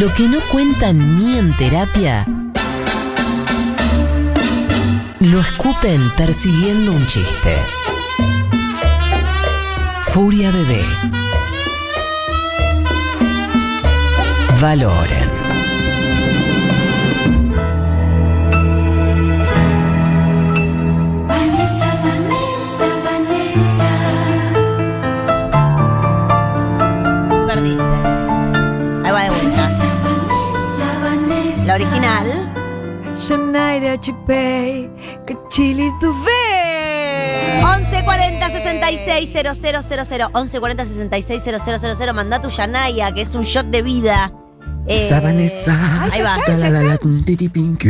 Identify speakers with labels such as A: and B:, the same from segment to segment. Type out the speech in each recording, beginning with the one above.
A: Lo que no cuentan ni en terapia, lo escupen persiguiendo un chiste. Furia Bebé. Valoren.
B: Vanessa, Vanessa, Vanessa.
C: Perdiste. Ahí va de vuelta.
B: Vanessa, Vanessa.
C: La original.
D: Shanaira Chipei, Cachili Dubé.
C: 1140 660000 1140 660000 Mandá tu Yanaya, que es un shot de vida. Eh,
E: Vanessa, Vanessa.
C: Ahí va.
E: Ta la la la, tum, ti, ti, pin, cu.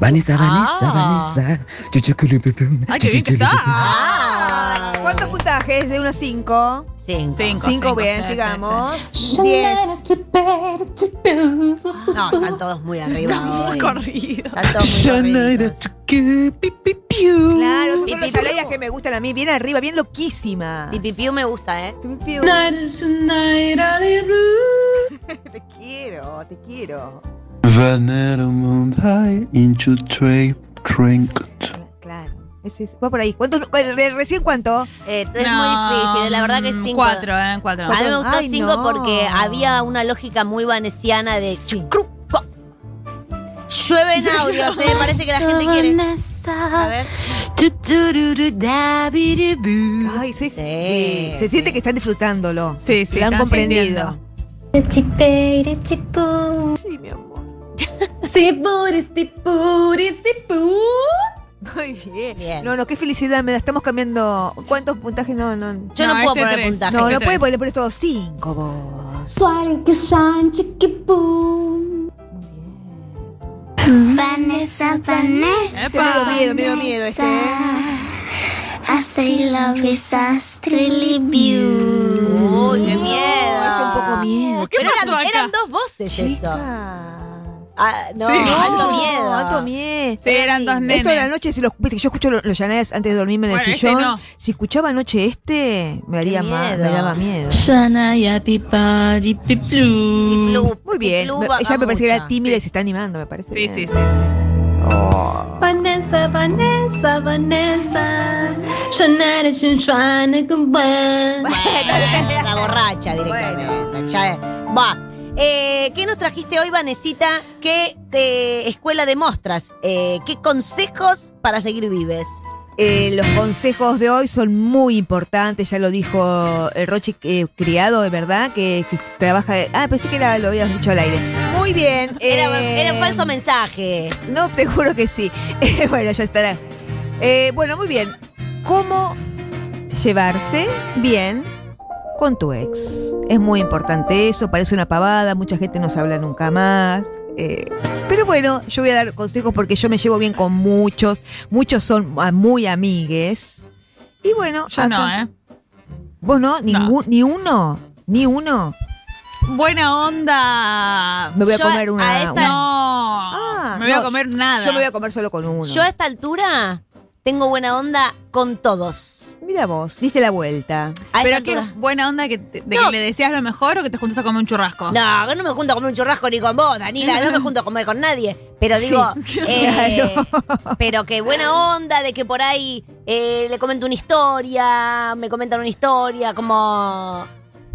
E: Vanessa, Vanessa,
C: Ah.
E: Vanessa. Chuchuculupupum,
F: Ay, qué bien que está.
E: chuchuculupupum.
C: Ah.
D: ¿Cuántos puntajes? De 1 a 5.
C: Cinco.
F: 5,
D: 5, bien, sigamos. 10.
C: No, están todos muy arriba. hoy.
F: Muy corrido.
C: Están todos muy corridos. Uh.
D: Claro, esos
C: Pi, pi,
D: son los
C: pi,
D: yalayas
C: pu.
D: que me gustan a mí. Bien arriba, bien loquísimas.
C: Pipipiu me gusta, ¿eh?
D: Pi, pi, pi. Te quiero, te quiero. Claro. Ese es, va por ahí. ¿Cuántos? eh, re- ¿Recién cuánto?
C: Eh, es muy difícil, la verdad que cinco.
F: 4, eran 4.
C: A mí me gustó
D: Ay,
C: cinco
D: no.
C: porque había una lógica muy vanesiana de
D: Sí.
C: chucrupo. Llueven audios, eh, parece que la gente
D: ya?
C: quiere. A ver.
D: Ay, sí.
C: Sí,
D: Se
C: sí.
D: siente que están disfrutándolo.
F: Sí, sí,
D: Lo han
F: están
D: comprendido.
F: sintiendo.
D: Sí, mi amor. Muy bien.
C: Bien.
D: No, no, qué felicidad me da. Estamos cambiando. ¿Cuántos puntajes? No, no. No,
C: Yo no,
F: No,
C: puedo
F: este
C: poner
F: tres.
C: puntaje.
D: no,
F: tres.
D: puede poner, le pones todos cinco vos.
B: Vanessa, Vanessa.
D: Te Me dio miedo, me dio miedo este. ¿eh?
B: Astrid love is Astrid View.
C: Uy, qué miedo.
D: Ay, qué un poco miedo.
F: ¿Qué
C: Pero
F: pasó
C: eran,
F: acá?
C: eran dos voces eso.
D: Chicas.
C: Ah, no,
F: Sí.
C: alto
D: No,
C: miedo.
D: Alto miedo.
F: Sí, eran dos nenes.
D: Esto de la noche, si los, viste que yo escucho los, los llanadas antes de dormirme en el
F: Bueno, este
D: sillón.
F: no.
D: Si escuchaba anoche este, me haría
C: Qué
D: mal,
C: miedo.
D: me daba miedo.
C: Piplu,
D: Muy bien.
C: piplu,
D: Me-
C: va-
D: ella me parece que
C: mamucha.
D: era tímida y se está animando, me parece.
F: Sí, sí, sí.
D: bien.
F: sí.
G: Vanessa, Vanessa, Vanessa. Sonar es un suana con buen.
C: Bueno, la borracha directamente. Ya, va. Eh, ¿Qué nos trajiste hoy, Vanesita? ¿Qué eh, escuela de mostras? Eh, ¿Qué consejos para seguir vives?
D: Eh, los consejos de hoy son muy importantes, ya lo dijo el Rochi eh, criado, de verdad, que, que trabaja. Ah, pensé que era- lo habías dicho al aire. Muy bien.
C: Era,
D: eh,
C: era un falso mensaje.
D: No, te juro que sí. Eh, bueno, ya estará. Eh, bueno, muy bien. ¿Cómo llevarse bien con tu ex? Es muy importante eso, parece una pavada, mucha gente no se habla nunca más. eh, pero bueno, yo voy a dar consejos porque yo me llevo bien con muchos. Muchos son ah, muy amigues. Y bueno,
F: Yo
D: acá-
F: no, ¿eh?
D: ¿Vos no? Ningún, ¿Ni uno? ¿Ni uno?
F: Buena onda.
D: Me voy a
C: Yo
D: comer una.
C: a esta-
D: una-
F: No.
D: Ah,
F: me voy a
D: no,
F: comer nada.
D: Yo me voy a comer solo con uno.
C: Yo a esta altura tengo buena onda con todos.
D: Mira vos, diste la vuelta.
C: A esta
F: Pero qué
C: altura.
F: buena onda que te- de
C: No.
F: que le decías lo mejor o que te juntas a comer un churrasco.
C: No, que no me junto a comer un churrasco ni con vos, Danila. No me junto a comer con nadie. Pero digo, eh, pero que buena onda de que por ahí eh, le comento una historia, me comentan una historia, como...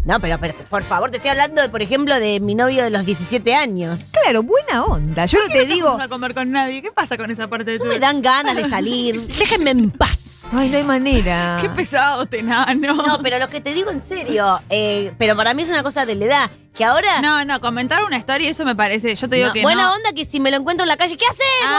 C: No, pero, pero por favor, te estoy hablando, de, por ejemplo, de mi novio de los 17 años.
D: Claro, buena onda. Yo no te
F: No
D: digo.
F: vas a comer con nadie. ¿Qué pasa con esa parte de tu
C: No me dan ganas de salir. Déjenme en paz.
D: Ay, no hay manera.
F: Qué pesado, tenano.
C: No, pero lo que te digo en serio, eh, pero para mí es una cosa de la edad, que ahora...
F: No, no, comentar una historia, eso me parece. Yo te digo
C: No,
F: que
C: buena
F: no.
C: onda que si me lo encuentro en la calle, ¿qué haces,
F: Ah,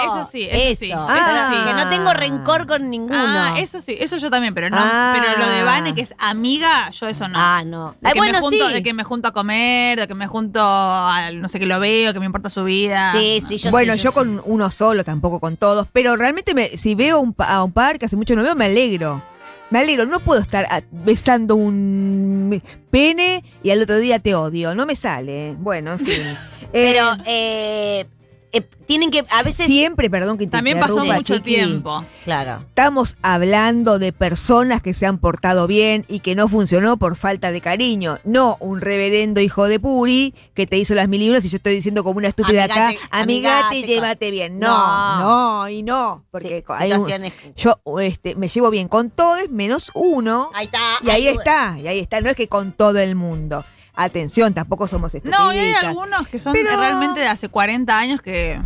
C: boludo? Ah,
F: eso sí, eso sí, eso
D: sí.
C: Que no tengo rencor con ninguno.
F: Ah, eso sí, eso yo también, pero no.
D: Ah.
F: Pero lo de Vane, que es amiga, yo eso no.
C: Ah, no.
F: De
C: Ay,
F: que
C: bueno,
F: me junto,
C: sí.
F: De que me junto a comer, de que me junto al no sé que lo veo, que me importa su vida.
C: Sí, sí, yo
D: bueno,
C: sí,
D: yo, con uno solo, tampoco con todos, pero realmente me- si veo un pa- a un par que hace mucho no veo, me alegro. Me alegro, no puedo estar ah, besando un pene y al otro día te odio, no me sale. Bueno, en fin. Eh,
C: Pero eh, eh, tienen que, a veces.
D: Siempre, perdón que te
F: También pasó
D: interrumpa,
F: mucho
D: Chiqui.
F: tiempo.
C: Claro.
D: Estamos hablando de personas que se han portado bien y que no funcionó por falta de cariño. No un reverendo hijo de Puri que te hizo las mil libras y yo estoy diciendo como una estúpida
C: Amigate-
D: acá, amigate y
C: amigate con-
D: llévate bien. No,
C: No.
D: no, y no. Porque
C: Sí,
D: hay un-
C: situaciones-
D: yo este, me llevo bien con todos menos uno.
C: Ahí está.
D: y ahí
C: Ay,
D: está, y ahí está. No es que con todo el mundo. Atención, tampoco somos estupiditas.
F: No, y hay algunos que son
D: Pero-
F: realmente de hace 40 años que.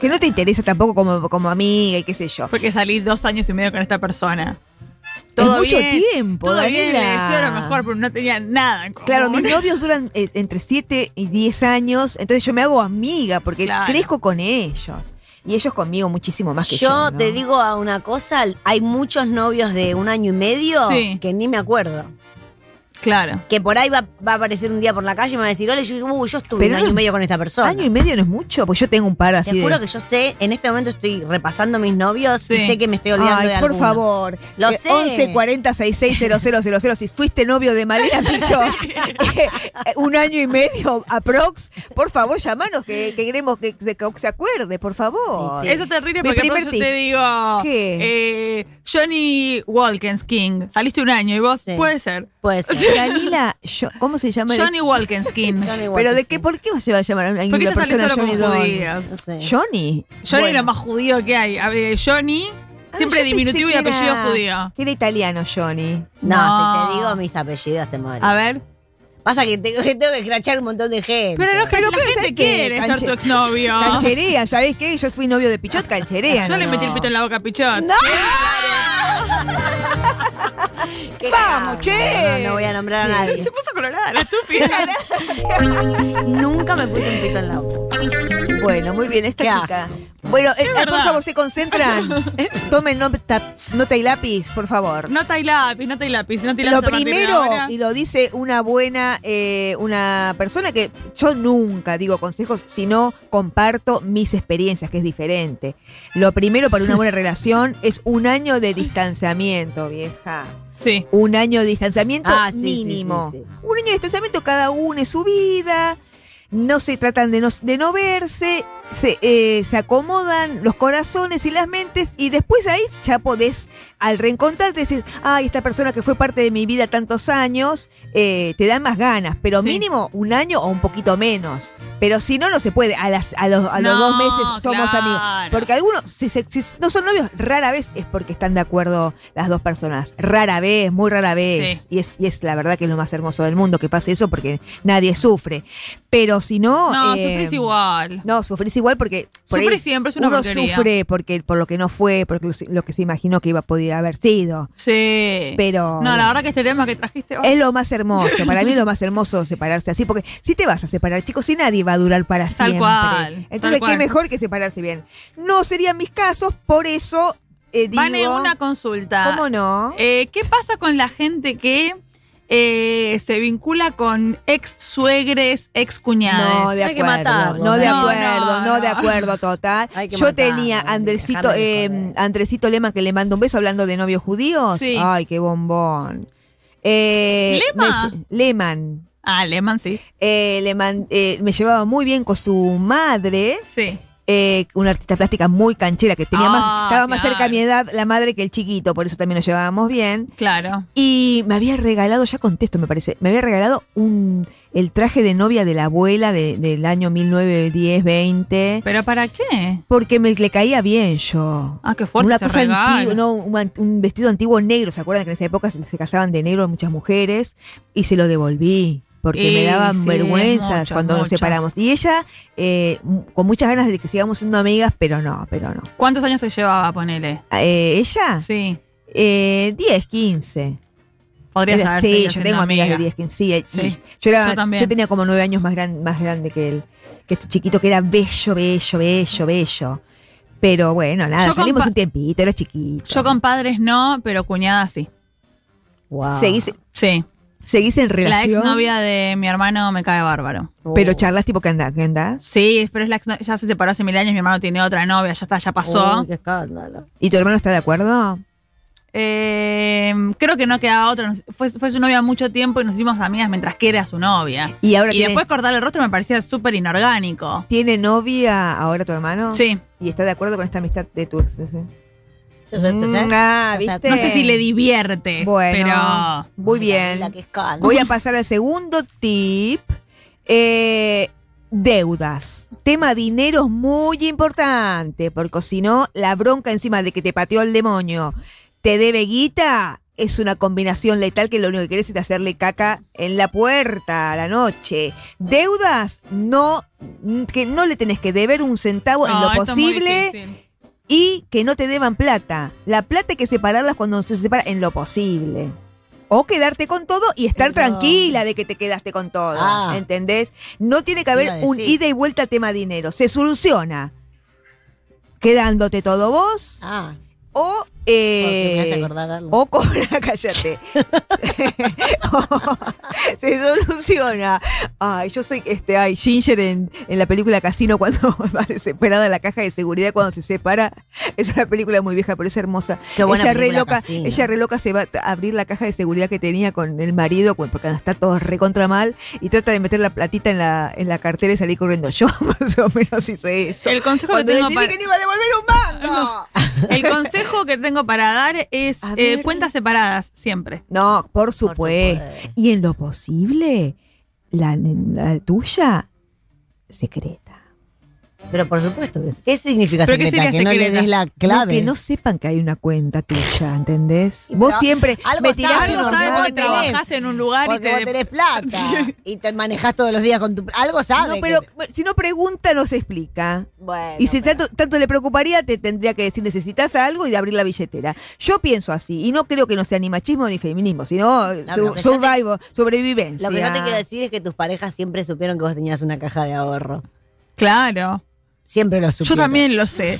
D: Que no te interesa tampoco como, como amiga y qué sé yo.
F: Porque salí dos años y medio con esta persona.
D: mucho tiempo,
F: Todo bien, le
D: Daniela.
F: deseo lo mejor, pero no tenía nada en común.
D: Claro, mis novios duran eh, entre 7 y 10 años, entonces yo me hago amiga porque
F: Claro.
D: crezco con ellos. Y ellos conmigo muchísimo más que yo.
C: yo
D: ¿no?
C: te digo a una cosa, hay muchos novios de un año y medio
F: Sí.
C: que ni me acuerdo.
F: Claro.
C: Que por ahí va, va a aparecer un día por la calle y me va a decir, hola, yo, uh, yo estuve
D: Pero
C: un año
D: no-
C: y medio con esta persona.
D: Año y medio no es mucho, porque yo tengo un par así
C: Te juro
D: de...
C: que yo sé, en este momento estoy repasando mis novios y
F: Sí.
C: sé que me estoy olvidando
D: Ay,
C: de
D: por
C: alguno.
D: favor. Eh,
C: Lo sé.
D: 11 40 66 000. Si fuiste novio de Malena Pichot eh, un año y medio aprox, por favor, llamanos que, que queremos que se, que se acuerde, por favor.
C: Sí, sí.
F: Eso es terrible
D: Mi
F: porque
D: primer
F: entonces yo
D: tip.
F: te digo,
D: ¿Qué?
F: eh, Johnny Walkens King, saliste un año y vos,
C: Sí.
F: puede ser.
C: Puede ser.
D: Danila, yo- ¿cómo se llama? el-
F: Johnny Walkens King.
C: Johnny
D: Pero de
C: Watkins.
D: qué, ¿por qué se va a llamar a una
F: porque
D: una
F: ella salió
D: persona
F: solo con
D: Johnny Don?
C: No
F: judías.
C: sé.
D: Johnny.
F: Johnny
D: Bueno.
F: era más judío que hay. A ver, Johnny,
D: Ah,
F: siempre
D: yo pensé
F: diminutivo y
D: que
F: apellido
D: era-
F: judío.
D: Que era italiano, Johnny.
C: No, si
F: No.
C: te digo mis apellidos te muero.
F: A ver.
C: Pasa que tengo, que tengo que escrachar un montón de gente.
F: Pero no, que la gente
D: ¿sabes qué?
F: quiere ser
D: Canche-
F: tu exnovio.
D: Cancherea, ¿sabés qué? Yo fui novio de Pichot, cancherea.
F: Yo
D: ¿no?
F: le metí el pito en la boca a Pichot.
D: ¡No!
C: Qué
D: ¡Vamos,
C: cagada.
D: che!
C: No, no voy a nombrar a nadie.
F: Se puso colorada, la estúpida.
C: Nunca me puse un pito en la boca.
D: Bueno, muy bien, esta
C: Qué
D: chica. Bueno, eh, por
F: verdad.
D: favor, se concentran. Tomen nota, nota y lápiz, por favor.
F: Nota y lápiz, nota y lápiz, nota y lápiz.
D: Lo
F: a partir de
D: primero,
F: ahora.
D: y lo dice una buena, eh, una persona que yo nunca digo consejos, sino comparto mis experiencias, que es diferente. Lo primero para una buena relación es un año de distanciamiento, vieja.
F: Sí.
D: Un año de distanciamiento
C: Ah, sí, sí,
D: mínimo.
C: sí, sí.
D: Un año de distanciamiento, cada uno es su vida, no se tratan de no, de no verse, se, eh, se acomodan los corazones y las mentes y después ahí ya podés, al reencontrarte, decís, ay, esta persona que fue parte de mi vida tantos años, eh, te dan más ganas, pero
F: Sí.
D: mínimo un año o un poquito menos. Pero si no, no se puede. A, las, a, los, a los
F: No,
D: dos meses somos
F: claro.
D: amigos. Porque algunos, si, se- si no son novios, rara vez es porque están de acuerdo las dos personas. Rara vez, muy rara vez.
F: Sí.
D: Y, es, y es la verdad que es lo más hermoso del mundo que pase eso porque nadie sufre. Pero si no.
F: No,
D: eh,
F: sufrís igual.
D: No, sufrís igual porque. por ahí
F: Sufrís siempre, es una
D: Uno
F: porquería.
D: sufre porque, por lo que no fue, por lo, lo que se imaginó que iba a poder haber sido.
F: Sí.
D: Pero.
F: No, la verdad que este tema que trajiste hoy.
D: Es lo más hermoso, para mí es lo más hermoso separarse así, porque si te vas a separar, chicos, si nadie va a durar para
F: Tal
D: siempre.
F: cual, tal
D: Entonces, qué
F: cual.
D: mejor que separarse bien. No serían mis casos, por eso eh, digo,
F: Vane, una consulta.
D: ¿cómo no?
F: Eh, ¿Qué pasa con la gente que eh, se vincula con ex suegres, ex cuñades?
D: No, de
C: Hay que
D: acuerdo.
C: matarlo,
D: no, de
F: no,
D: acuerdo, no,
F: no,
D: de
F: no.
D: acuerdo, total.
C: Hay que
D: Yo
C: matarlo,
D: tenía
C: Dani,
D: Andresito,
C: déjame de
D: eh,
C: joder.
D: Andresito Lema que le mando un beso hablando de novios judíos.
F: Sí.
D: Ay, qué bombón. Eh,
F: ¿Lema?
D: me- Leman.
F: Ah, Lehmann, sí.
D: Eh, le man- eh, me llevaba muy bien con su madre,
F: Sí.
D: eh, una artista plástica muy canchera que tenía más,
F: Ah,
D: estaba más
F: claro.
D: cerca a mi edad la madre que el chiquito, por eso también nos llevábamos bien.
F: Claro.
D: Y me había regalado, ya contesto me parece, me había regalado un el traje de novia de la abuela de- del año 1910-20,
F: ¿Pero para qué?
D: porque me le caía bien yo.
F: Ah, qué fuerte
D: Una
F: ese
D: cosa
F: regalo.
D: antigua, no, un, an- un vestido antiguo negro, ¿se acuerdan que en esa época se, se casaban de negro muchas mujeres? Y se lo devolví, porque me
F: Y
D: daban
F: sí,
D: vergüenzas
F: muchas,
D: cuando nos
F: muchas.
D: separamos. Y ella, eh, m- con muchas ganas de que sigamos siendo amigas, pero no, pero no.
F: ¿Cuántos años te llevaba, ponele?
D: Eh, ella,
F: Sí.
D: eh, 10, 15.
F: Podrías
D: Era-
F: saber.
D: sí, yo tengo amigas de 10, 15. Sí, eh,
F: Sí,
D: sí. Yo, era-
F: yo también.
D: yo tenía como 9 años más, gran- más grande que él, que este chiquito que era bello, bello, bello, bello. Pero bueno, nada,
F: Yo
D: salimos
F: compa-
D: un tiempito, era chiquito.
F: Yo con padres no, pero cuñadas sí.
C: Wow.
D: Seguís,
F: Sí.
D: seguís en
F: La
D: relación.
F: exnovia Oh. de mi hermano me cae bárbaro.
C: Uh,
D: Pero charlas tipo que andás, que andás.
F: Sí, pero es la exno- ya se separó hace mil años, mi hermano tiene otra novia, ya está, ya pasó.
C: Uy, qué escándalo.
D: ¿Y tu hermano está de acuerdo?
F: Eh, creo que no quedaba otra. nos- Fue, fue su novia mucho tiempo y nos hicimos amigas mientras que era su novia.
D: Y ahora
F: y
D: tiene,
F: después cortarle el rostro me parecía súper inorgánico.
D: tiene novia ahora tu hermano.
F: Sí.
D: Y está de acuerdo con esta amistad de tu ex. ¿sí? Mm,
C: No
D: ah,
C: Ya
D: ¿viste?
C: sabe.
F: No sé si le divierte,
D: Bueno,
F: pero
D: muy bien.
C: La que esconde.
D: Voy a pasar al segundo tip. Eh, deudas. Tema dinero es muy importante, porque si no, la bronca encima de que te pateó el demonio, te debe guita, es una combinación letal que lo único que quieres es hacerle caca en la puerta a la noche. Deudas, no, que no le tenés que deber un centavo en
F: no,
D: lo
F: esto es muy
D: posible
F: difícil.
D: y que no te deban plata. La plata hay que separarlas cuando se separa en lo posible. O quedarte con todo y estar
C: Eso.
D: tranquila de que te quedaste con todo.
C: Ah.
D: ¿Entendés? No tiene que
C: Iba
D: haber
C: a
D: un
C: decir.
D: ida y vuelta tema dinero. Se soluciona quedándote todo vos
C: Ah,
D: o...
C: porque me hace
D: Eh,
C: acordar algo.
D: o cobra, cállate. O- se soluciona. Ay, yo soy este, ay, Ginger en, en la película Casino cuando va desesperada de la caja de seguridad cuando se separa. Es una película muy vieja, pero es hermosa.
C: Qué buena
D: ella re
C: película,
D: loca,
C: Casino.
D: ella re loca se va a abrir la caja de seguridad que tenía con el marido, cu- porque está todo recontra mal, y trata de meter la platita en la, en la cartera y salir corriendo. Yo más o menos hice eso.
F: El consejo
D: Cuando
F: que tengo
D: decidí
F: para.
D: que no iba a devolver un banco.
F: El consejo que tengo para dar es
D: A
F: eh,
D: ver.
F: cuentas separadas, siempre.
D: No, por supuesto.
C: supuesto.
D: Y en lo posible, la, la tuya, secreta.
C: Pero por supuesto que sí. ¿Qué significa
F: ¿Pero qué
C: secreta?
F: sería
C: que no le
F: secreta?
C: des la
D: No,
C: clave.
D: que no sepan que hay una cuenta tuya, ¿entendés? Vos
C: pero
D: siempre
C: algo
D: me tirás
C: sabe,
D: un
F: Algo
C: porque
D: hornado.
F: sabes
C: vos
F: porque
C: tenés-
F: trabajás en un lugar
C: porque vos
F: y te.
C: tenés plata y te manejás todos los días con tu... Algo
D: No,
C: sabes.
D: pero si no pregunta, no se explica. y si tanto, tanto le preocuparía, te tendría que decir, necesitas algo y de abrir la billetera. Yo pienso así, y no creo que no sea ni machismo ni feminismo, sino
C: pero lo
D: su-
C: que yo te-
D: survival, sobrevivencia.
C: Lo que no te quiero decir es que tus parejas siempre supieron que vos tenías una caja de ahorro.
F: Claro.
C: Siempre lo
F: Yo
C: supieron.
F: también lo sé.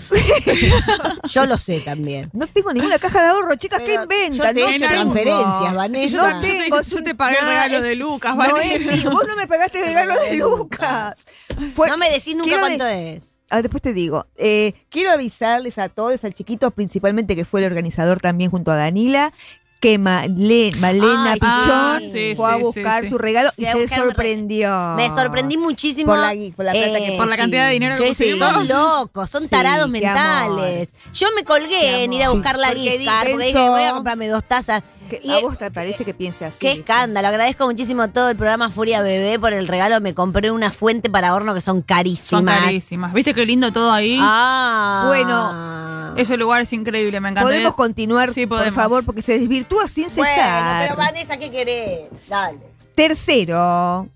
C: Yo lo sé también.
D: No tengo ninguna caja de ahorro, chicas, ¿qué
C: Pero Yo
D: inventan?
C: te
D: No
C: he hecho
D: tengo.
C: transferencias,
D: Yo
C: Vanessa.
F: Yo te-
D: tengo,
F: yo
D: es un-
F: te pagué el
D: nada,
F: regalo
D: es-
F: de Lucas,
D: no
F: Valeria.
D: es mi- vos no me pagaste el regalo de Lucas. Fue-
C: no me decís nunca
D: quiero
C: cuánto
D: dec-
C: es.
D: Ah, después te digo. Eh, quiero avisarles a todos, al chiquito principalmente, que fue el organizador también junto a Danila, que Male- Malena
C: Ay, sí. Ah,
D: Pichón
C: sí,
D: fue a
F: sí, sí,
D: buscar
F: sí.
D: su regalo y
C: Fui a
D: se
C: buscar un re-
D: sorprendió.
C: Me sorprendí muchísimo.
D: Ah. por la, gui- por la plata
C: eh,
D: que
F: Por la cantidad de dinero que
C: Que sí,
F: pusimos.
C: son locos, son
D: Sí,
C: tarados
D: qué
C: mentales. Yo me colgué en ir a
D: amor.
C: buscar la
D: Porque
C: gift
D: di-
C: card, porque dije,
D: pensó-
C: voy a comprarme dos tazas.
D: Que
C: Y-
D: a vos te parece que piense así.
C: Qué escándalo. Agradezco muchísimo todo el programa Furia Bebé por el regalo. Me compré una fuente para horno que son carísimas.
F: Son carísimas. ¿Viste qué lindo todo ahí?
C: Ah.
D: Bueno.
F: Ese lugar es increíble, me encanta.
D: Podemos continuar,
F: Sí,
D: por
F: podemos.
D: favor, porque se desvirtúa sin
C: Bueno,
D: cesar.
C: pero Vanessa, ¿qué querés? Dale.
D: Tercero,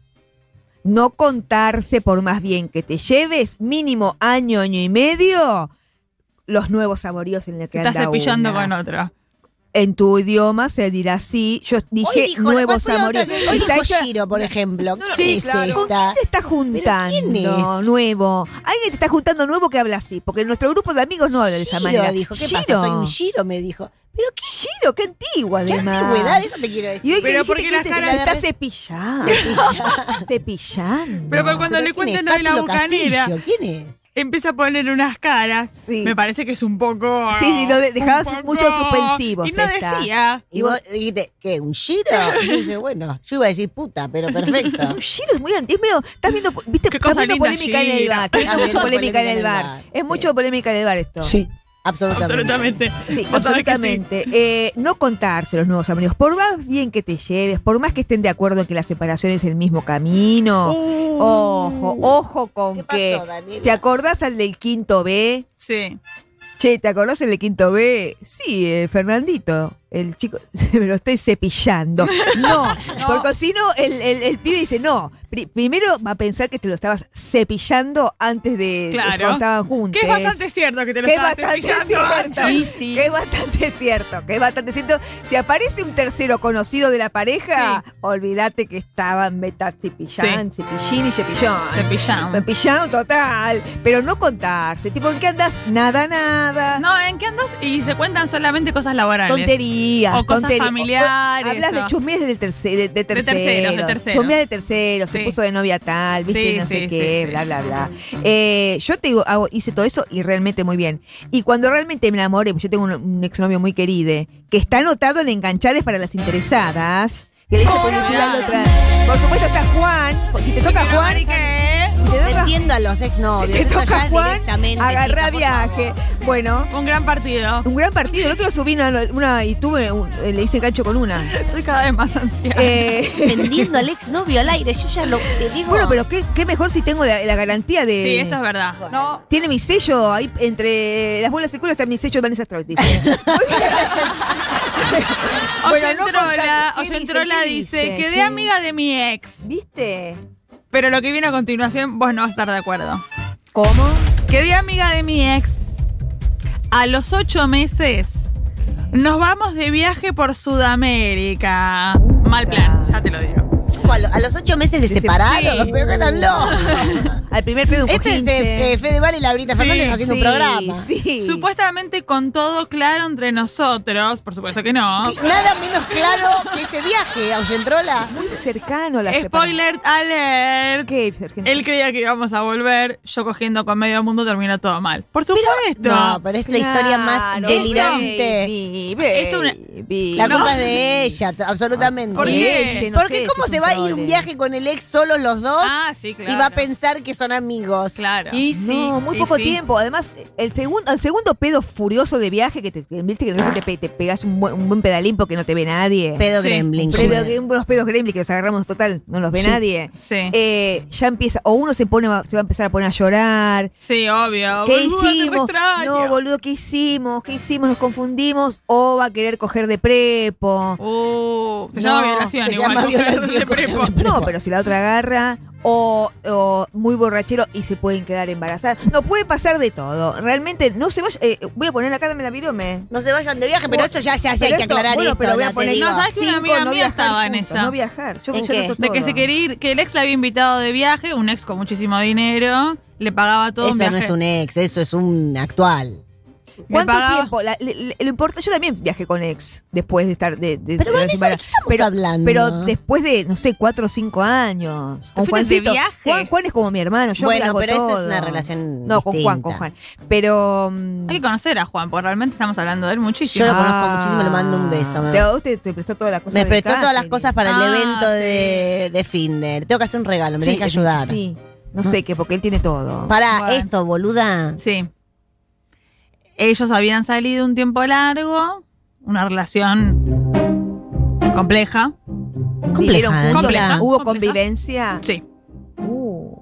D: no contarse por más bien que te lleves mínimo año, año y medio los nuevos saboríos en el que
F: Te estás
D: anda
F: cepillando
D: una.
F: con otra.
D: En tu idioma se dirá así. Yo dije
C: Hoy dijo, ¿cuál
D: nuevos
C: fue la otra
D: saboríos.
C: que- Hoy
D: Está
C: dijo
D: hecha-
C: Giro, por ejemplo.
D: Sí,
C: ¿Qué es
D: claro. ¿Con
C: esta?
D: quién te estás juntando?
C: quién es?
D: Nuevo. Alguien te está juntando nuevo que habla así, porque nuestro grupo de amigos no habla de esa
C: Giro,
D: manera.
C: dijo, ¿qué
D: Giro.
C: pasa? Soy un Giro, me dijo. Pero qué,
D: Giro, qué antiguo
C: qué
D: además.
C: antigüedad, eso te quiero decir.
D: Y hoy que
F: Pero
D: dijiste
F: porque
D: que
F: las
D: te-
F: caras
D: te
C: de
D: está
C: re-
D: cepillando.
C: Cepillada.
D: Cepillando.
F: Pero por cuando
C: ¿Pero
F: le
C: quién es?
F: cuenten lo de la
C: ¿Cátulo
F: bucanera,
C: Castillo? ¿Quién es?
F: empieza a poner unas caras.
D: Sí.
F: Me parece que es un poco.
D: Sí, sí, lo de- dejabas
F: un poco-
D: mucho suspensivo,
F: Y no
D: Cesta.
F: decía.
C: Y vos dijiste, ¿qué? ¿Un Giro? Y yo dije, bueno, yo iba a decir puta, pero perfecto.
D: Giro es muy antiguo. Es medio, estás viendo, viste,
F: Qué
D: estás
F: cosa
D: viendo
F: linda,
D: polémica en el
F: Giro.
D: bar.
C: Ah,
D: Estás viendo mucha
C: bien,
D: polémica en el bar. Es
C: sí.
D: mucho polémica en el bar esto.
C: Absolutamente.
F: Absolutamente.
D: Sí,
F: Vos sabés que sí.
D: absolutamente. Eh, no contarse los nuevos amigos. Por más bien que te lleves, por más que estén de acuerdo en que la separación es el mismo camino. Ojo, ojo
C: ¿Qué
D: con que.
C: pasó, Daniela?
D: ¿Te acordás al del quinto B?
F: Sí.
D: Che, ¿te acordás el de quinto B? Sí, eh, Fernandito, el chico, me lo estoy cepillando. No, porque si no, el, el- el pibe dice, no, pri- primero va a pensar que te lo estabas cepillando antes de de
F: Claro.
D: cuando estaban juntos.
F: Que es bastante cierto que te lo
D: Que es
F: estabas
D: bastante
F: cepillando
D: cierto.
F: antes.
D: Que es bastante cierto. Que es bastante cierto. Si aparece un tercero conocido de la pareja, olvídate que estaban meta cepillán, cepillín y cepillón.
F: Cepillamos.
D: Cepillón total. Pero no contarse. Tipo, ¿en qué andas? Nada, nada.
F: No, ¿en qué andas? Y se cuentan solamente cosas laborales.
D: Tonterías. amigas.
F: O cosas
D: tele-
F: familiares,
D: hablas de
F: o-
D: chusmeas desde el terce- de, de terceros.
F: terceros, de terceros.
D: Chusmeas de terceros. Se
F: Sí.
D: puso de novia tal, viste,
F: Sí,
D: no sé
F: sí,
D: qué,
F: sí,
D: bla,
F: sí,
D: bla, bla. Eh, yo te digo, hago- hice todo eso y realmente muy bien. Y cuando realmente me enamoré, yo tengo un, un exnovio muy querido, que está anotado en enganchades para las interesadas. Que le dice, "Podés ayudar a la otra". Por supuesto está Juan. Si te toca Juan, si te toca
C: Ah, Entiendo a los
D: si
C: exnovios.
D: te
C: esto ya
D: toca
C: es
D: Juan,
C: directamente, chica,
D: agarrá
C: por
D: viaje. Bueno,
F: Un gran partido.
D: un gran partido. El otro subí una, una- y tuve, un- eh, le hice gancho con una.
F: Estoy cada vez más ansiada.
D: Eh,
C: favor. Vendiendo al exnovio al aire. Yo ya lo te digo.
D: bueno, pero qué, qué mejor si tengo la, la garantía de.
F: sí, esto es verdad. No,
D: Tiene mi sello ahí entre las bolas de culo está mi sello de Vanessa Strauss. dice.
F: Oyentrola,
D: no contar- ¿qué
F: Oyentrola
D: dice?
F: dice,
D: ¿Qué
F: quedé
D: dice?
F: amiga de mi ex.
D: ¿Viste?
F: Pero lo que viene a continuación, vos no vas a estar de acuerdo.
D: ¿Cómo?
F: Quedé amiga de mi ex. A los ocho meses nos vamos de viaje por Sudamérica. Mal plan, ya te lo digo.
C: a, lo- a los ocho meses de
D: Dice,
C: separado.
D: sí.
C: Pero qué tan loco.
D: Al primer pedo un
C: Este es eh,
D: cojinche.
C: eh, Fede Val y Laurita Fernández haciendo
D: Sí,
C: un programa.
D: Sí.
F: Supuestamente con todo claro entre nosotros, por supuesto que no.
C: Nada menos claro que ese viaje a Oyentrola.
D: Muy cercano a la
F: Spoiler alert.
D: separación. Ok, Argentina.
F: Él creía que íbamos a volver, yo cogiendo con medio mundo terminó todo mal. Por supuesto.
C: No, pero es la historia más
D: Claro,
C: delirante.
D: baby,
F: Esto es
D: baby.
C: La
F: No.
C: culpa es de ella, t- absolutamente.
F: ¿Por qué?
D: no
C: Porque
D: sé,
C: cómo
D: si
C: se va a ir
D: controle.
C: un viaje con el ex solo los dos
F: Ah, sí, claro.
C: y va a pensar que son amigos.
F: Claro.
D: no, muy
F: y
D: poco
F: sí.
D: tiempo. Además, el segundo, el segundo pedo furioso de viaje que te, que viste que no te, pe- te pegas un buen, un buen pedalín porque no te ve nadie.
C: Pedo
F: Sí.
C: Gremlin.
D: Pero
C: sube.
D: que unos pedos gremlins que los agarramos total, no los ve nadie.
F: Sí.
D: Eh, ya empieza, o uno se pone, se va a empezar a poner a llorar.
F: Sí, obvio.
D: ¿Qué
F: Ah, Boludo, te
D: hicimos?
F: extraño.
D: No, boludo, ¿qué hicimos? ¿Qué hicimos? Nos confundimos. O va a querer coger de prepo.
F: Uh, se
D: No,
F: llama violación
C: se
F: igual.
C: llama
F: coger
C: violación,
F: de
C: coger
F: prepo.
C: de prepo.
D: No, pero si la otra agarra o, o muy borrachero y se pueden quedar embarazadas. No puede pasar de todo. Realmente no se vaya. eh, voy a poner acá, dame la virome.
C: No se vayan de viaje, pero esto ya se hace, hay
D: Pero
C: que
D: esto-
C: aclarar
D: bueno,
C: esto.
D: pero voy a
C: ya te
D: poner-
C: digo.
F: no, ¿sabes qué? Una
D: pues,
F: amiga mía estaba en esa.
D: No viajar. Yo
C: ¿En
D: ya
C: qué?
D: noto
F: De que
D: todo.
F: se quería ir, que el ex la había invitado de viaje, un ex con muchísimo dinero, le pagaba todo un
C: Eso
F: viaje.
C: no es un ex, eso es un actual.
F: le
D: ¿Cuánto
F: pagaba-
D: tiempo? La- le- le- lo importa, yo también viajé con ex después de estar de, de-
C: Pero,
D: de la
C: Vanessa, ¿de
D: semana.
C: qué estamos
D: pero,
C: hablando?
D: Pero después de, no sé, cuatro o cinco años. Con
F: fuiste de
D: Juancito.
F: viaje.
D: Juan, Juan es como mi hermano. Yo
C: Bueno,
D: viajo
C: pero esa es
D: todo.
C: una relación
D: No, con Juan,
C: distinta.
D: con Juan. Pero. mm,
F: Hay que conocer a Juan, porque realmente estamos hablando de él muchísimo.
C: Yo lo conozco muchísimo, le mando un beso, me-
D: Ah. Te, a vos te, te prestó todas las cosas.
C: Me
D: del
C: prestó todas las
D: catering.
C: cosas para el
F: Ah,
C: evento
F: sí.
C: de, de Finder. Tengo que hacer un regalo, me
D: Sí,
C: tenés que ayudar.
D: Sí. No sé qué, porque él tiene todo.
C: Pará,
F: Bueno.
C: esto, boluda.
F: Sí. Ellos habían salido un tiempo largo, una relación compleja.
C: Compleja,
D: Vivieron juntos,
C: Daniela.
F: compleja.
D: Hubo convivencia.
F: Sí.
D: Uh,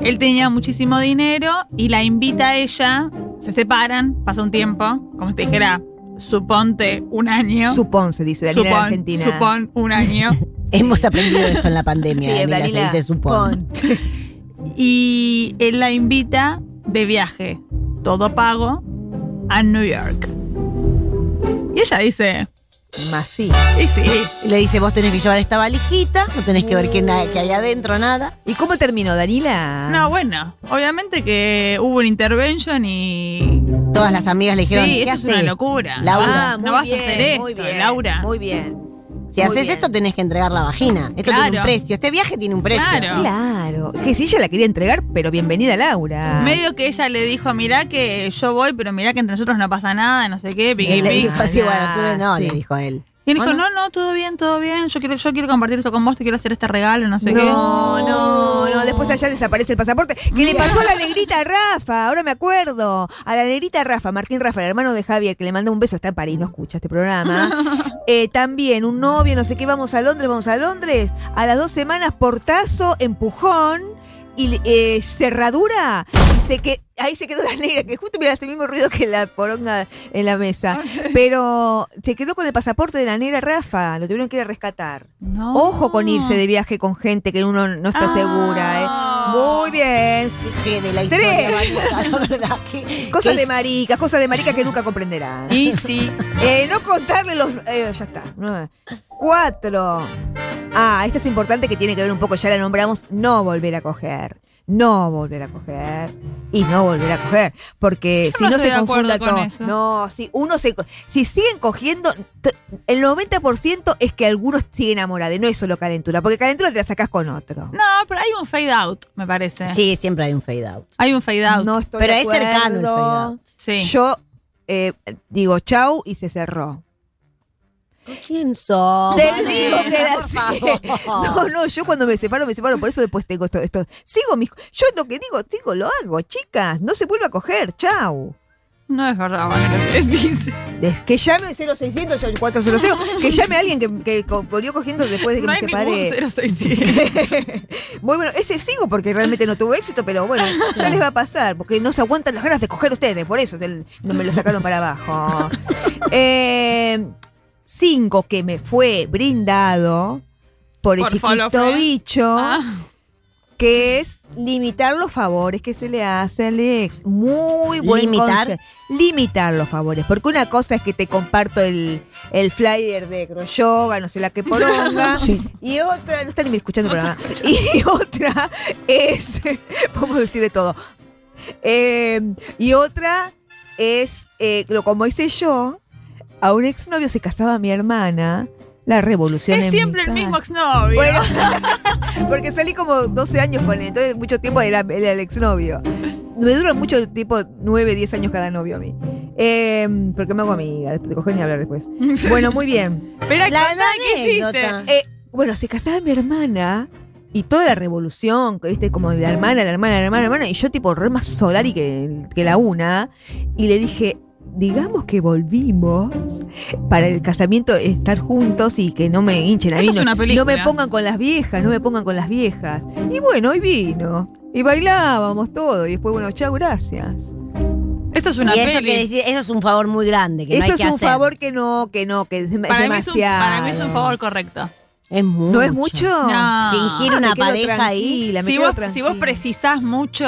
F: Él tenía muchísimo dinero y la invita a ella, se separan, pasa un tiempo, como si te dijera, suponte un año.
D: supón, se dice Daniela en
F: supón,
D: Argentina.
F: supón un año.
C: Hemos aprendido esto en la pandemia,
D: Sí,
C: Daniela, se
D: Daniela,
C: dice supón.
D: pon.
F: y él la invita de viaje, todo pago, a New York. Y ella dice,
D: Más sí.
F: y sí,
C: Y Le dice, vos tenés que llevar esta valijita, no tenés que ver qué, na- qué hay adentro, nada.
D: ¿Y cómo terminó, Daniela?
F: no, bueno, obviamente que hubo un intervention y...
C: Todas las amigas le dijeron,
F: sí,
C: ¿qué
F: esto es una
C: haces?
F: locura.
C: Laura,
F: Ah, no vas a hacer esto,
D: muy bien,
F: Laura.
D: Muy bien.
C: Si
D: muy
C: haces
D: bien.
C: esto tenés que entregar la vagina. Esto tiene un
F: Claro.
C: precio, este viaje tiene un precio.
F: Claro.
D: Claro. Que sí, ella la quería entregar, pero bienvenida, Laura.
F: Medio que ella le dijo, mirá que yo voy, pero mirá que entre nosotros no pasa nada, no sé qué,
C: Y
F: piqui,
C: él le
F: piqui.
C: dijo así, bueno,
D: Ah,
C: tú no,
D: sí.
C: le dijo él.
F: Y él dijo,
C: ¿O no?
F: no, no, todo bien, todo bien, yo quiero, yo quiero compartir esto con vos, te quiero hacer este regalo, no sé qué.
D: No, Oh, no, no. Después allá desaparece el pasaporte. Que le pasó a la negrita Rafa, ahora me acuerdo. A la negrita Rafa, Martín Rafa, el hermano de Javier, que le mandó un beso, está en París, no escucha este programa. Eh, también un novio, no sé qué, vamos a Londres, vamos a Londres. A las dos semanas, portazo, empujón y eh, cerradura. Y se que ahí se quedó la negra, que justo mira hace el mismo ruido que la poronga en la mesa. Pero se quedó con el pasaporte de la negra Rafa, lo tuvieron que ir a rescatar.
F: No.
D: Ojo con irse de viaje con gente que uno no está
F: Ah.
D: segura, ¿eh? Muy bien.
C: Que de la historia,
D: Tres.
C: Vanessa, la verdad que...
D: Cosas
C: que-
D: de maricas, cosas de maricas que nunca comprenderán.
F: Y sí.
D: Eh, no contarle los... eh, ya está. No. Cuatro. Ah, esta es importante que tiene que ver un poco, ya la nombramos, no volver a coger. no volver a coger y no volver a coger. Porque
F: Yo
D: si
F: no
D: no,
F: estoy
D: se
F: de acuerdo
D: confunda
F: con
D: todo.
F: eso.
D: No, si uno se. co- Si siguen cogiendo, t- el 90% es que algunos siguen enamorados. No es solo calentura. Porque calentura te la sacas con otro.
F: No, pero hay un fade out, me parece.
C: Sí, siempre hay un fade out.
F: Hay un fade out.
D: No estoy
C: Pero
D: de
C: es cercano el
D: acuerdo.
C: fade out.
F: Sí.
D: Yo eh, digo chau y se cerró.
C: ¿Quién sos?
D: Te digo
F: Vanessa,
D: que era
C: por
D: así.
C: favor.
D: No, no, yo cuando me separo, me separo. Por eso después tengo esto. esto. Sigo mis. Yo lo que digo, digo, lo hago, chicas. No se vuelva a coger. Chau.
F: No es verdad, Vanessa. Es- dice-
D: Es que llame al 0600 al 400. Que llame a alguien que, que co- volvió cogiendo después de que
F: No
D: me
F: hay ningún
D: separe.
F: 067.
D: Muy bueno, ese sigo porque realmente no tuvo éxito, pero bueno, ya les va a pasar, porque no se aguantan las ganas de coger ustedes, por eso del- no me lo sacaron para abajo. Eh, cinco que me fue brindado por el
F: Por follow
D: chiquito
F: friends.
D: bicho,
F: Ah,
D: que es limitar los favores que se le hace al ex. Muy buen
C: ¿Limitar?
D: conse- Limitar los favores, porque una cosa es que te comparto el, el flyer de Groyoga, no sé la que poronga. Y otra, no están ni escuchando el programa. Y otra es, vamos a decir de todo. Eh, y otra es, eh, lo- como hice yo, a un exnovio se casaba mi hermana, la revolución.
F: es
D: en
F: siempre
D: mi
F: el mismo
D: casa.
F: exnovio.
D: Bueno, porque salí como 12 años con él, entonces mucho tiempo era, era el exnovio. Me duran mucho tiempo, 9, 10 años cada novio a mí. Eh, porque me hago amiga, después de coger ni hablar después. Bueno, muy bien.
F: pero hay
C: la- la
F: que hiciste.
C: anécdota.
D: Eh, bueno, se casaba mi hermana y toda la revolución, que, viste, como la hermana, la hermana, la hermana, la hermana, y yo tipo re más Solari que, que la una, y le dije, digamos que volvimos para el casamiento, estar juntos y que no me hinchen a mí,
F: Esto es
D: no,
F: una
D: no
F: película.
D: me pongan con las viejas, no me pongan con las viejas. Y bueno, hoy vino. Y bailábamos todo, y después, bueno, chao, gracias.
F: Esto es una
C: y eso,
F: peli.
C: quiere decir- eso es un favor muy grande que no
D: Eso
C: hay
D: es
C: que
D: un
C: hacer.
D: favor que no, que no, que es, dem- es
F: para, mí es un,
D: demasiado.
F: para mí es un favor correcto.
C: Es mucho.
D: ¿No es mucho?
F: No.
C: Fingir
D: Ah, me
C: una
D: quedo
C: pareja ahí.
D: tranquila, me
F: Si
D: quedo
F: vos, si
D: tranquila.
F: vos precisás mucho.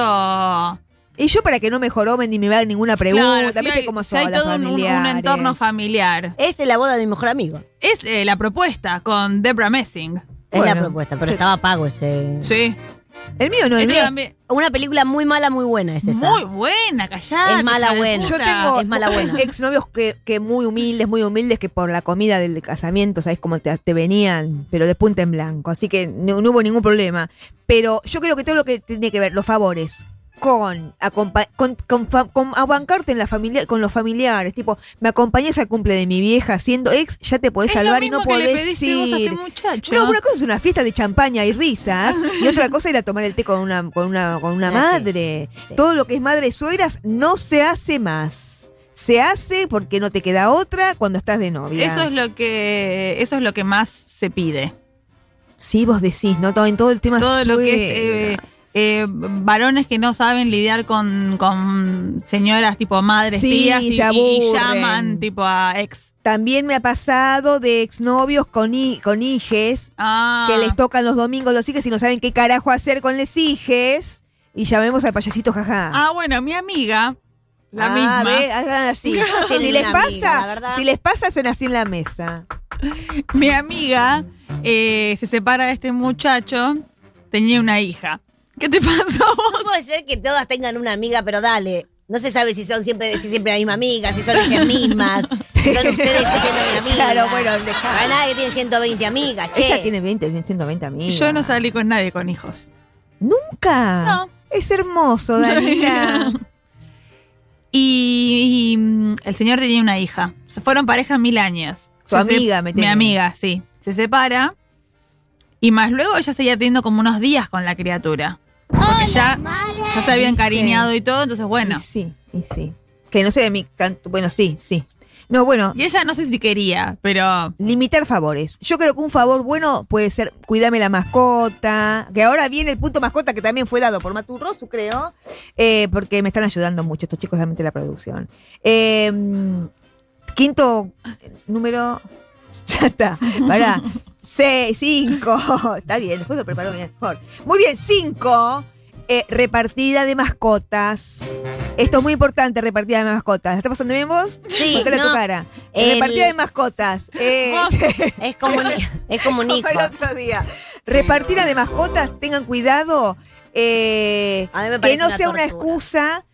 D: Y yo para que no me joroben ni me hagan ninguna pregunta,
F: claro, si
D: viste
F: hay,
D: cómo
F: si
D: son
F: hay
D: las
F: todo un, un- un
D: familiares.
F: entorno familiar.
C: Es la boda de mi mejor amigo.
F: Es eh, la propuesta con Debra Messing.
C: Es la
D: Bueno.
C: propuesta, pero estaba pago ese.
F: Sí.
D: El mío no, el
F: Este
D: mío.
F: también-
C: Una película muy mala, muy buena es esa.
F: Muy buena, callada.
C: Es mala buena.
D: Yo tengo
C: es mala buena.
D: exnovios que, que muy humildes, muy humildes, que por la comida del casamiento, ¿sabes cómo te, te venían? Pero de punta en blanco, así que no, no hubo ningún problema. Pero yo creo que todo lo que tiene que ver, los favores, con, acompa- con, con fa- con abancarte en la familia, con los familiares, tipo, me acompañas al cumple de mi vieja, siendo ex, ya te podés
F: Es lo
D: salvar y no
F: mismo que le
D: podés
F: pediste vos a este
D: ir.
F: muchacho.
D: No, una cosa es una fiesta de champaña y risas, y otra cosa era tomar el té con una, con una, con una
C: Ah, sí.
D: madre.
C: Sí.
D: Todo lo que es madre y suegras no se hace más. Se hace porque no te queda otra cuando estás de novia.
F: Eso es lo que eso es lo que más se pide.
D: Sí, vos decís, ¿no? Todo, en todo el tema
F: Todo lo que es eh,
D: suegra.
F: eh, varones que no saben lidiar con, con señoras tipo madres,
D: Sí,
F: tías y,
D: se
F: y
D: aburren.
F: llaman tipo a ex.
D: También me ha pasado de exnovios con, hi- con hijes
F: Ah,
D: que les tocan los domingos los hijes y no saben qué carajo hacer con les hijes. Y llamemos al payasito jaja.
F: ah, bueno, mi amiga, la
D: Ah,
F: misma.
D: ve, hagan así.
C: Tienen
D: si les
C: una
D: pasa,
C: amiga, la verdad.
D: si les pasa, hacen así en la mesa.
F: Mi amiga eh, se separa de este muchacho, tenía una hija. ¿Qué te pasó a vos?
C: No puede ser que todas tengan una amiga, pero dale. No se sabe si son siempre, si siempre la misma amiga, si son ellas mismas, si son ustedes siendo mi amiga.
D: Claro, bueno, dejá.
C: No hay nadie que tiene 120 amigas, che.
D: Ella tiene 20, 120 amigos.
F: Yo no salí con nadie con hijos.
D: Nunca.
F: No.
D: Es hermoso, Daniela.
F: Y, y, mm, el señor tenía una hija. Se fueron pareja mil años.
D: Tu
F: Se sep-
D: amiga, me
F: Mi
D: tenés.
F: amiga, sí. Se separa. Y más luego ella seguía teniendo como unos días con la criatura. Porque ya, ya se había encariñado y todo, entonces bueno.
D: Y sí, y sí. Que no sé de mi canto. Bueno, sí, sí. No, bueno,
F: Y ella no sé si quería, pero
D: limitar favores. Yo creo que un favor bueno puede ser cuídame la mascota. Que ahora viene el punto mascota que también fue dado por Maturrosu, creo. eh, porque me están ayudando mucho estos chicos realmente en la producción. Eh, quinto número. Ya está, pará. Seis, cinco. Está bien, después lo preparo bien, mejor. Muy bien, cinco. eh, repartida de mascotas. Esto es muy importante, repartida de mascotas. ¿La ¿Está pasando bien vos?
C: Sí,
D: Mostrale tu
C: no.
D: cara.
C: El-
D: Repartida de mascotas. Eh,
F: Vos,
C: Es como un, es como un hijo.
D: como el otro día. Repartida de mascotas, tengan cuidado. eh,
C: A mí me
D: que
C: parece
D: no
C: una
D: sea una
C: tortura.
D: excusa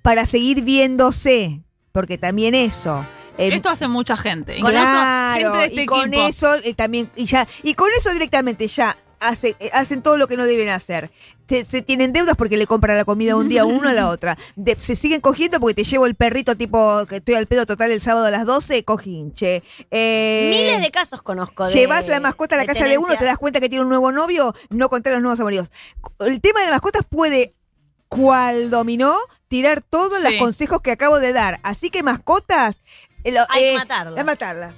D: para seguir viéndose, porque también eso. eh,
F: Esto hace mucha gente. Incluso
D: claro,
F: gente de este
D: y con
F: equipo.
D: eso eh, también y ya y con eso directamente ya hace- eh, hacen todo lo que no deben hacer. Se, se tienen deudas porque le compran la comida un día uno a la otra. De- se siguen cogiendo porque te llevo el perrito tipo que estoy al pedo total el sábado a las 12, cojinche. Eh,
C: Miles de casos conozco. de-
D: Llevas la mascota a la casa de uno, te
C: tenencia.
D: das cuenta que tiene un nuevo novio, no contar los nuevos amoríos. El tema de las mascotas puede, cual dominó, tirar todos los
F: Sí.
D: consejos que acabo de dar. Así que mascotas, eh, lo-
C: Hay que
D: eh,
C: matarlas.
D: Hay matarlas.